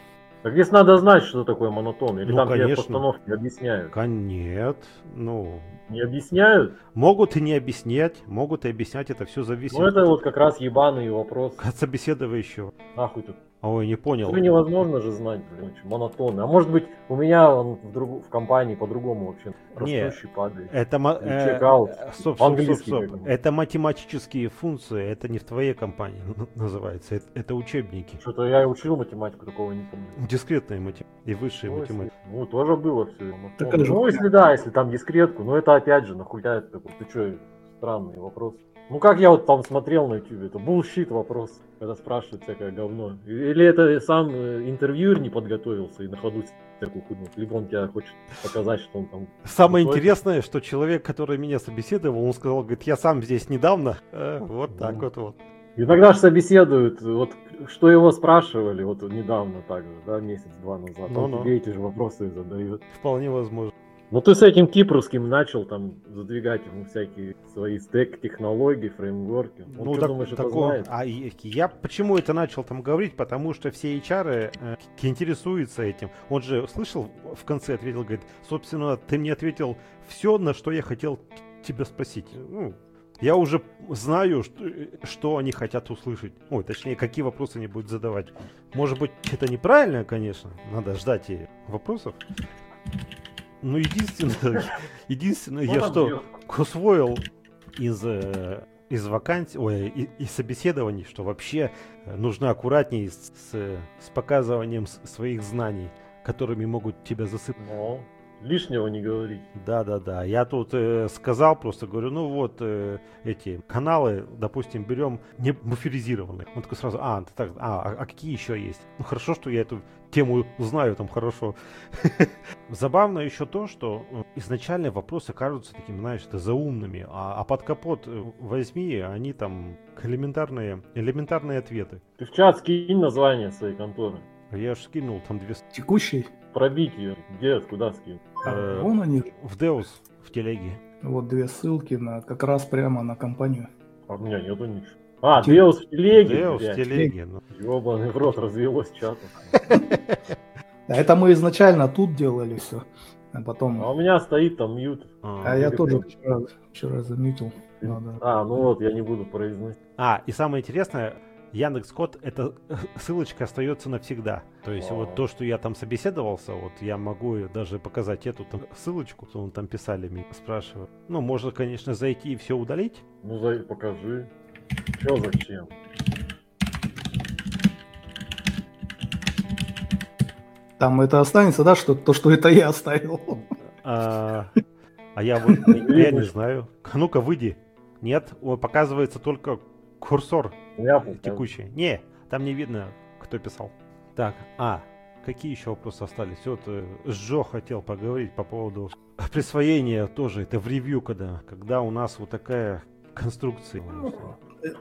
C: Так здесь надо знать, что такое монотон. Или
B: Ну,
C: там тебе
B: конечно.
C: постановки объясняют.
B: Ка- Нет, ну,
C: Не объясняют?
B: могут и не объяснять, могут и объяснять, это все зависит
C: Ну это вот как раз ебаный вопрос.
B: от собеседующего.
C: Нахуй тут.
B: Ой, не понял.
C: Ну невозможно же знать, блин, очень монотонно. А может быть, у меня он в, друг- в компании по-другому вообще
B: Не.
C: растущий падает.
B: Это ма-
C: И
B: э,
C: чекаут.
B: э, стоп, стоп,
C: Английский
B: стоп, стоп.
C: как бы.
B: Это математические функции, это не в твоей компании н- называется, это, это учебники.
C: Что-то я и учил математику, такого не помню.
B: Дискретная математика и высшая
C: Ну, если-
B: математика.
C: Ну, тоже было все.
D: Такая же
C: ну,
D: хуйня.
C: если да, если там дискретку, но это опять же, нахуя это такой, ты чё, странный вопрос. Ну, как я вот там смотрел на ютубе, это булщит вопрос, когда спрашивают всякое говно. Или это сам э, интервьюер не подготовился и на ходу всякую хуйню. Либо он тебя хочет показать, что он там...
B: Самое
C: Какой-то.
B: интересное, что человек, который меня собеседовал, он сказал, говорит, я сам здесь недавно. Э, вот так
C: Ну.
B: вот вот.
C: Иногда же собеседуют, вот что его спрашивали, вот недавно также, да, месяц-два назад. Он
B: Ну-ну.
C: тебе эти же вопросы задают.
B: Вполне возможно.
C: Ну ты с этим кипрским начал там задвигать ему всякие свои стек технологии, фреймворки. Он
B: Ну,
C: чё,
B: так-
C: думаешь, это
B: так он-
C: знает?
B: а и- я почему это начал там говорить? Потому что все HR э, к- интересуются этим. Он же слышал в конце, ответил, говорит, собственно, ты мне ответил все, на что я хотел т- тебя спросить. Ну, я уже знаю, что, э, что они хотят услышать. Ой, точнее, какие вопросы они будут задавать. Может быть, это неправильно, конечно. Надо ждать и вопросов. Ну, единственное, единственное,
C: Ну,
B: я
C: там
B: что,
C: бьёт.
B: усвоил из, э, из вакансий, ой, и- из собеседований, что вообще э, нужно аккуратнее с, с- с показыванием с- своих знаний, которыми могут тебя засыпать.
C: Ну, лишнего не говорить.
B: Да-да-да, я тут э, сказал, просто говорю, ну вот э, эти каналы, допустим, берем не буферизированные. Он такой сразу, а, ты так, а, а- а какие еще есть? Ну хорошо, что я эту тему знаю там хорошо. Забавно еще то, что э, изначально вопросы кажутся такими, знаешь, это заумными, а, а под капот э, возьми, они там элементарные, элементарные ответы.
C: Ты в чат скинь название своей конторы.
B: Я же скинул там две... с-
D: Текущий. а,
C: Пробить ее. Где, куда скинь.
B: э,
D: Вон они.
B: в Деус, в телеге.
D: Вот две ссылки на как раз прямо на компанию.
C: А у меня нету ничего. А,
D: Тю-
C: Деус в телеге,
B: Деус, в
C: блядь.
B: телеге. ну.
C: Ёбаный в рот, развелось чатом.
D: А это мы изначально тут делали все. А
C: А
D: потом.
C: у меня стоит там мьют.
D: А
B: А,
D: я
C: или
D: тоже
C: прям-
D: вчера, вчера замютил. Надо.
C: А, ну вот, я не буду произносить.
B: А, и самое интересное, Яндекс Код, эта ссылочка остается навсегда. То есть вот
C: Вау.
B: то, что я там собеседовался, вот я могу даже показать эту там ссылочку, что он там писали мне, спрашивают. Ну, можно, конечно, зайти и все удалить.
C: Ну, за... покажи. Чё зачем?
D: Там это останется, да, что то, что это я оставил.
B: А, а я, вот- я не знаю. А Ну-ка, выйди. Нет, о, показывается только курсор
C: Я
B: текущий. Не, там не видно, кто писал. Так, а, какие еще вопросы остались? Вот э, Жо хотел поговорить по поводу присвоения тоже, это в ревью, когда, когда у нас вот такая конструкция.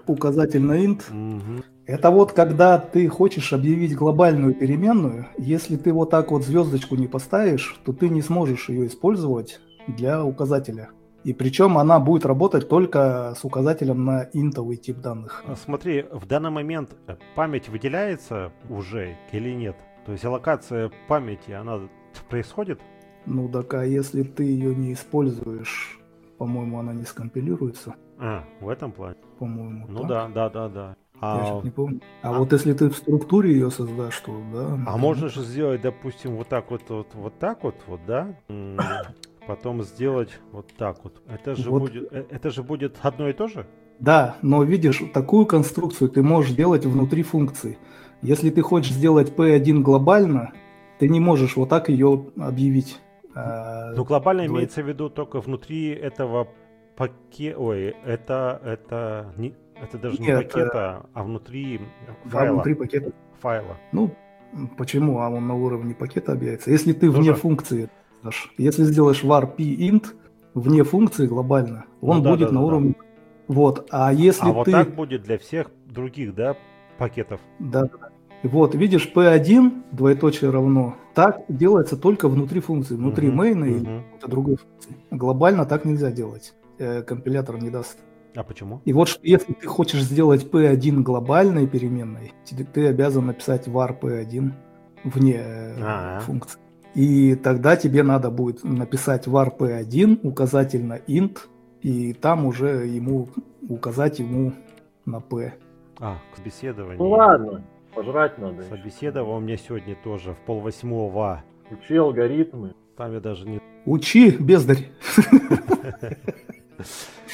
D: Указатель на int.
B: Мгм.
D: Это вот когда ты хочешь объявить глобальную переменную, если ты вот так вот звездочку не поставишь, то ты не сможешь ее использовать для указателя. И причем она будет работать только с указателем на интовый тип данных.
B: А Смотри, в данный момент э, память выделяется уже или нет? То есть аллокация памяти, она происходит?
D: Ну так, а если ты ее не используешь, по-моему, она не скомпилируется.
B: А, в этом плане.
D: По-моему,
B: Ну
D: так.
B: да, да, да, да.
D: Я
B: А,
D: щас не помню. А,
B: а-
D: вот если ты в структуре ее создашь, то да.
B: А
D: например.
B: можно же сделать, допустим, вот так вот, вот, вот так вот, вот, да? М, Потом сделать вот так вот. Это же
D: Вот.
B: будет, э, это же будет одно и то же?
D: Да, но видишь, такую конструкцию ты можешь делать внутри функции. Если ты хочешь сделать P1 глобально, ты не можешь вот так ее объявить. А,
B: Но Ну, глобально
D: Давай.
B: имеется в виду только внутри этого пакета. Ой, это это не, это даже не
D: Нет, э,
B: пакета, а внутри
D: да,
B: файла.
D: внутри пакета.
B: файла.
D: Ну, почему? А он на уровне пакета объявится. Если ты
B: Ну
D: вне
B: да.
D: функции, дашь. если сделаешь var p int вне функции глобально, он
B: Ну да,
D: будет
B: да,
D: на
B: да,
D: уровне. Вот, а если
B: а вот
D: ты...
B: так будет для всех других, да, пакетов.
D: Да, да, да. Вот, видишь, P1, двоеточие равно, так делается только внутри функции, внутри
B: Мгм,
D: мейна или
B: мгм.
D: какой-то другой функции. Глобально так нельзя делать. Э, Компилятор не даст.
B: А почему?
D: И вот ш- если ты хочешь сделать P1 глобальной переменной, ти- ты обязан написать var P1. вне э,
B: Ага.
D: функции. И тогда тебе надо будет написать var p1 указательно int, и там уже ему указать ему на p.
B: А, к собеседованию.
C: Ну ладно, пожрать надо. ещё.
B: Собеседовал мне сегодня тоже в полвосьмого.
C: Учи алгоритмы.
B: Там я даже не...
D: Учи, бездарь.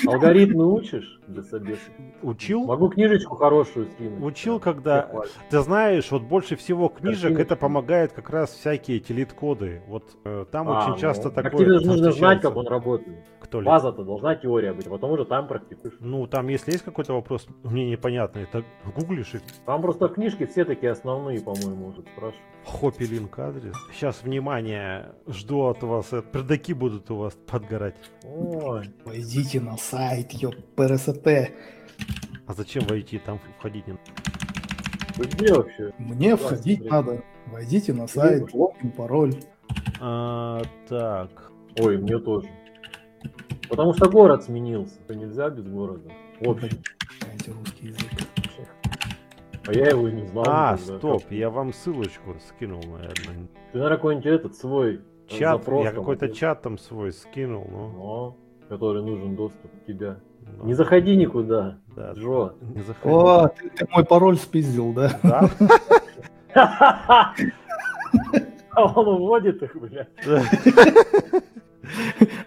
C: Алгоритмы учишь для собеса?
B: Учил?
C: Могу книжечку хорошую скинуть.
B: Ну, Учил,
C: Прям,
B: когда-
C: всех хвалит.
B: Ты знаешь, вот больше всего книжек
C: Картиночки.
B: это помогает как раз всякие телит-коды. Вот э, там
C: А,
B: очень
C: ну,
B: часто
C: так
B: такое
C: тебе же нужно знать,
B: встречается.
C: как он работает.
B: Кто ли?
C: База-то должна теория быть, а потом уже там практикуешь.
B: Ну, там, если есть какой-то вопрос, мне непонятный, так гуглишь и
C: Там просто в книжке все такие основные, по-моему, уже спрашивают.
B: хопи линк адрес. Сейчас, внимание, жду от вас, э, пердаки будут у вас подгорать.
C: Ой,
D: Пойдите на сайт, ёп, ПРСТ.
B: А зачем войти, там входить не...
C: вы где вообще?
D: Мне
C: Класс,
D: входить
C: блин.
D: надо. Войдите на сайт,
C: Либо.
D: логин, пароль.
B: А, так,
C: Ой, мне тоже. Потому что город сменился. Это нельзя без города. В общем,
D: Знаете, русский язык.
C: а я его и не знал.
B: А,
C: никогда.
B: стоп, я вам ссылочку скинул, наверное.
C: Ты, наверное, какой-нибудь этот свой э,
B: Чат,
C: запрос
B: я
C: там
B: какой-то
C: делал.
B: чат там свой скинул, ну, но...
C: Но, который нужен доступ к тебе.
B: да.
C: Не заходи никуда,
B: Да,
C: Джо.
B: не заходи.
D: О, ты, ты мой пароль спиздил, да?
B: Да?
C: А он уводит их, бля.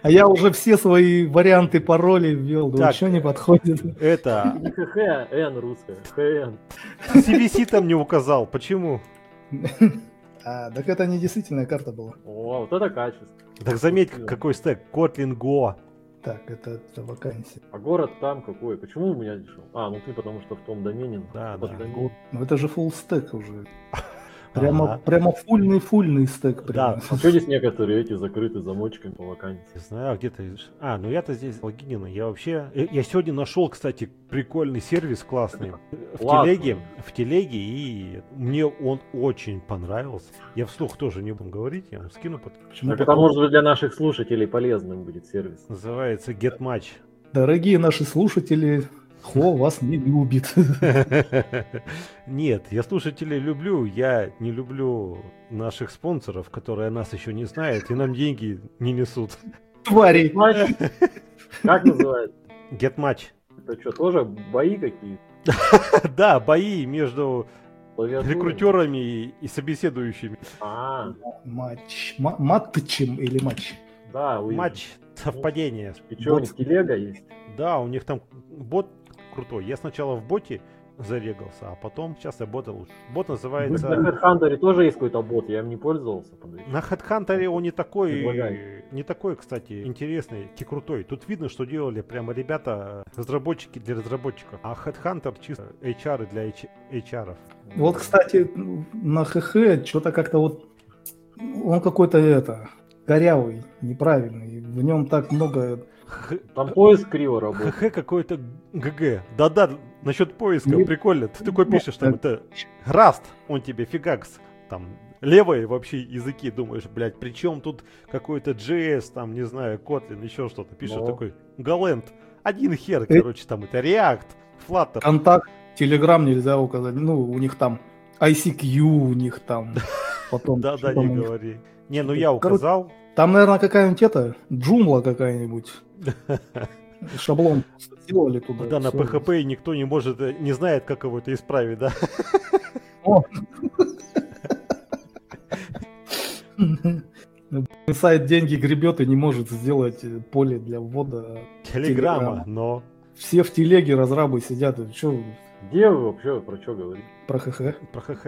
D: А я уже все свои варианты паролей ввел, да
B: Так.
D: что не подходит.
B: Это,
C: Не ХХ, а Н русская. ХН.
B: CVC там не указал, почему?
D: А, так это не действительная карта была.
C: О, вот это качество.
B: Так заметь, какой стек, Kotlin Go.
D: Так, это, это вакансия.
C: А город там какой? Почему у меня дешев? А, ну ты потому что в том домене.
B: Да,
C: Под
B: да.
C: домен.
D: Ну это же full стек уже. Прямо,
B: Ага.
D: прямо фульный фульный
B: Да.
D: стек. Прямо.
C: А что здесь некоторые эти закрыты замочками по
B: Не
C: вакансии?
B: знаю, а где ты? А, ну я-то здесь логинен. Я вообще... э, Я сегодня нашел, кстати, прикольный сервис классный. В
C: Классно.
B: телеге. В телеге. И мне он очень понравился. Я вслух тоже не буду говорить. Я вам скину. потом.
D: Почему
C: Так
D: бы-
C: это может быть для наших слушателей полезным будет сервис.
B: Называется Get Match.
D: Дорогие наши слушатели, Хо вас не любит.
B: Нет, я слушателей люблю. Я не люблю наших спонсоров, которые нас еще не знают и нам деньги не несут.
D: Твари.
C: Как называется?
B: Get Match.
C: Это что, тоже бои какие-то?
B: Да, бои между
C: Клавиатуры?
B: рекрутерами и- и собеседующими.
C: А,
D: Матч. Ма- матчем или матч.
C: да, увижу.
B: Матч. Совпадение.
C: И что, у них
D: Бот.
C: телега есть?
B: Да, у них там бот крутой. Я сначала в боте зарегался, а потом сейчас я бота лучше. Бот
C: На
B: называется...
C: HeadHunter тоже есть какой-то бот, я им не пользовался. подожди.
B: На HeadHunter он не такой,
C: Предлагай.
B: не такой, кстати, интересный и крутой. Тут видно, что делали прямо ребята, э, разработчики для разработчиков. А HeadHunter чисто HR для H- HR. -ов.
D: Вот, кстати, на ХХ что-то как-то вот он какой-то это корявый, неправильный. В нем так много
B: Х-
C: Там поиск криво работает.
B: ХХ какой-то ГГ. Да-да, насчет поиска,
D: Нет.
B: прикольно. Ты
D: ну,
B: такой пишешь, там
D: э,
B: это Раст, он тебе фигакс, там левые вообще языки, думаешь, блядь, причем тут какой-то JS, там, не знаю, Kotlin, еще что-то. Пишешь
C: Ну.
B: такой Галент. Один хер,
D: Э,
B: короче, там это React, Flutter.
D: контакт, Телеграм нельзя указать. Ну, у них там ICQ, у них там потом.
B: Да-да,
D: что там
B: не
D: у них?
B: говори. Не, ну
D: Короче,
B: я указал.
D: Там, наверное, какая-нибудь это, джумла какая-нибудь. Шаблон сделали туда.
B: Ну Да, на
D: всё.
B: PHP никто не может, э, не знает, как его это исправить, да?
D: Сайт деньги гребет и не может сделать э, поле для ввода.
B: Телеграмма,
D: Телеграмма.
B: но...
D: Все в телеге разрабы сидят. Че
C: Где вы вообще про что говорите?
D: про ХХ?
B: Про ХХ.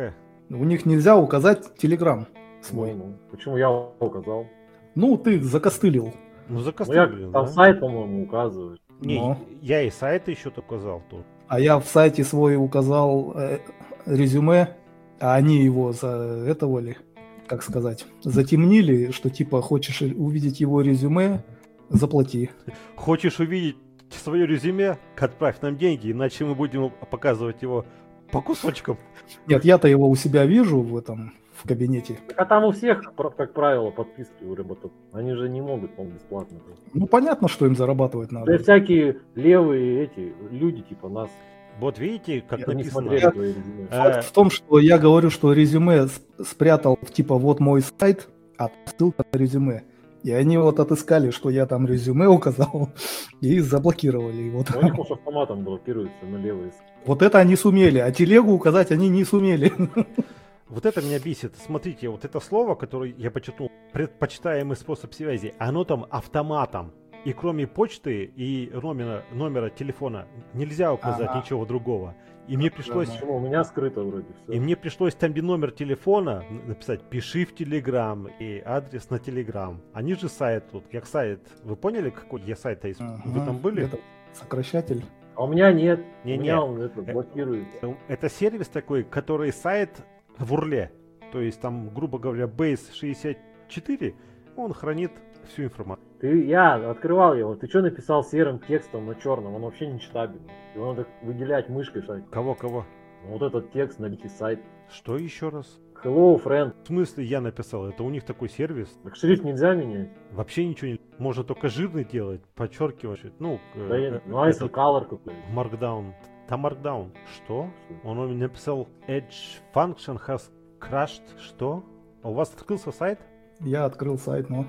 D: У них нельзя указать Телеграм свой.
C: Ну, Почему я указал?
D: Ну, ты закостылил.
B: Ну,
C: Ну, я,
B: закастыли,
C: там сайт, по-моему, указывает.
B: Не,
D: Но.
B: я и сайт еще только указал тут.
D: А я в сайте свой указал э, резюме, а они его за этого ли, как сказать, затемнили, что типа хочешь увидеть его резюме, заплати.
B: Хочешь увидеть свое резюме? Отправь нам деньги, иначе мы будем показывать его по кусочкам.
D: Нет, я-то его у себя вижу в этом в кабинете.
C: Так, а там у всех, про- как правило, подписки у работодателей. Они же не могут, по бесплатно.
B: А
D: Ну понятно, что им зарабатывать
C: Да и
D: надо.
C: всякие левые эти люди типа нас.
B: Вот видите, как
C: Это не
B: написано.
C: смотрели твои резюме.
B: Э,
D: Факт в том, что я говорю, что резюме с- спрятал, типа, вот мой сайт, а ссылка на резюме. И они вот отыскали, что я там резюме указал, и заблокировали его.
C: Ну, У них уж автоматом блокируется налево и с-
D: Вот это они сумели, а телегу указать они не сумели.
B: Вот это меня бесит. Смотрите, вот это слово, которое я почерпнул, предпочитаемый способ связи, оно там автоматом. И кроме почты и номера, номера телефона нельзя указать
D: Ага. ничего
B: ничего другого. И мне пришлось,
D: да.
C: Почему? У меня скрыто вроде все.
B: и мне пришлось там где номер телефона н- написать «пиши в Телеграм» и адрес на Телеграм. Они же сайт тут, я сайт. Вы поняли, какой я сайт? Вы там были?
D: Это сокращатель.
C: А у меня нет.
B: Не,
C: у
B: не.
C: меня он это блокирует.
B: Ну, Это сервис такой, который сайт в урле. То есть там, грубо говоря, Base 64, он хранит всю информацию.
C: Ты, я открывал его. Ты что написал серым текстом на черном? Он вообще не читабельный. Его надо выделять мышкой. что ли.
B: Кого-кого?
C: Вот этот текст на сайт.
B: Что еще раз?
C: Hello, friend.
B: В смысле я написал? Это у них такой сервис.
C: Так шрифт нельзя менять?
B: Вообще ничего не... Можно только жирный делать, подчеркивать. Ну, э,
C: Да я-
B: э,
C: ну а если
B: этот,
C: color какой-нибудь?
B: Markdown. Там Markdown. Что? Он у меня написал Edge function has crashed. Что? А у вас открылся сайт?
D: Я открыл сайт, но...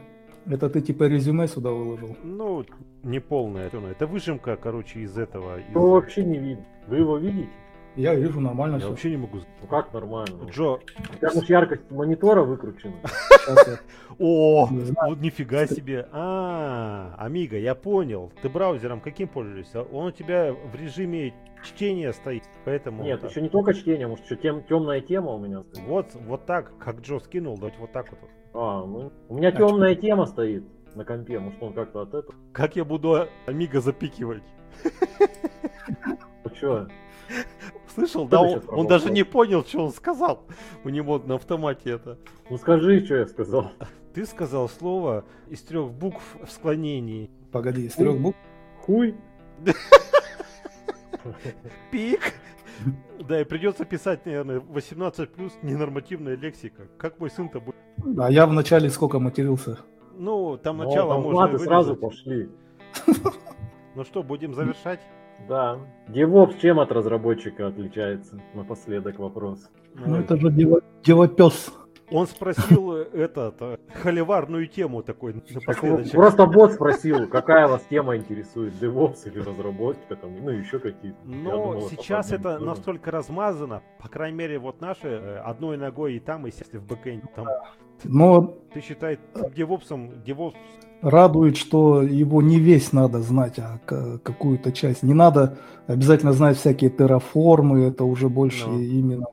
D: Это ты типа резюме сюда выложил.
B: Ну, не полная. Это выжимка, короче, из этого. из-
C: Его Ну, вообще не видно. Вы его видите?
D: Я вижу нормально
B: Я
D: все.
B: вообще не могу.
C: Ну как нормально?
B: Джо,
C: Там уж яркость монитора выкручена.
B: о,
D: Не знаю.
B: вот нифига себе. А, Амиго, я понял. Ты браузером каким пользуешься? Он у тебя в режиме чтения стоит, поэтому...
C: Нет,
B: так.
C: еще не только чтение, может, еще тем, темная тема у меня стоит.
B: Вот, вот так, как Джо скинул, давайте вот так вот.
C: А, ну, у меня темная тема стоит на компе, может, он как-то от этого.
B: Как я буду Амиго запикивать?
C: Ну что,
B: Слышал, да?
C: Что ты
B: Он,
C: сейчас
B: он
C: пробовал?
B: даже не понял, что он сказал. У него на автомате это.
C: ну скажи, что я сказал.
B: Ты сказал слово из трех букв в склонении.
D: Погоди, из
B: Ну.
D: трех букв.
C: Хуй.
B: Пик! Да, и придется писать, наверное, 18 плюс ненормативная лексика. Как мой сын-то будет?
D: А я вначале сколько матерился?
B: Ну, там
C: Ну,
B: начало
C: там
B: можно
C: маты сразу
B: вырезать.
C: пошли.
B: Ну что, будем завершать?
C: Да. DevOps чем от разработчика отличается? Напоследок вопрос.
D: Ну
B: Ой.
D: это же дева- девопес.
B: Он спросил э, этот э, холиварную тему такой
C: Так вот,
B: напоследок.
C: просто бот спросил, какая вас тема интересует, DevOps или разработка, там, ну еще какие-то. Я
B: Но
C: думал, это
B: сейчас
C: по
B: это
C: одному тоже.
B: настолько размазано, по крайней мере, вот наши э, одной ногой и там, и если в бэкэнде, там,
D: Но
B: ты считай, там девопсом, девопс,
D: радует, что его не весь надо знать, а к- какую-то часть. Не надо обязательно знать всякие терраформы, это уже больше
B: Ну.
D: именно.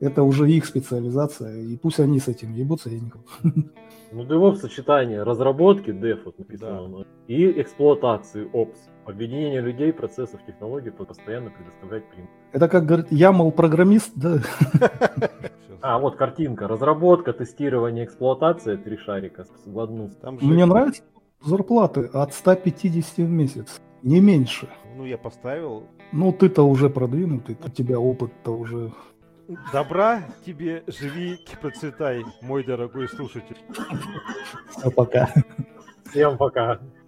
D: Это уже их специализация, и пусть они с этим ебутся, я не хочу.
C: Ну, DevOps сочетание разработки, Dev вот написано, ну, и эксплуатации Ops. Объединение людей, процессов, технологий под- постоянно предоставлять прим.
D: Это как говорит, я, мол, программист, да,
B: Всё.
C: А, вот картинка. Разработка, тестирование, эксплуатация, три шарика с- в одну.
B: Там же-
D: мне нравятся зарплаты от 150 в месяц, не меньше.
B: Ну, я поставил.
D: Ну, ты-то уже продвинутый, у тебя опыт-то уже...
B: Добра тебе, живи, типа, процветай, мой дорогой слушатель.
D: А пока.
C: é um Всем пока.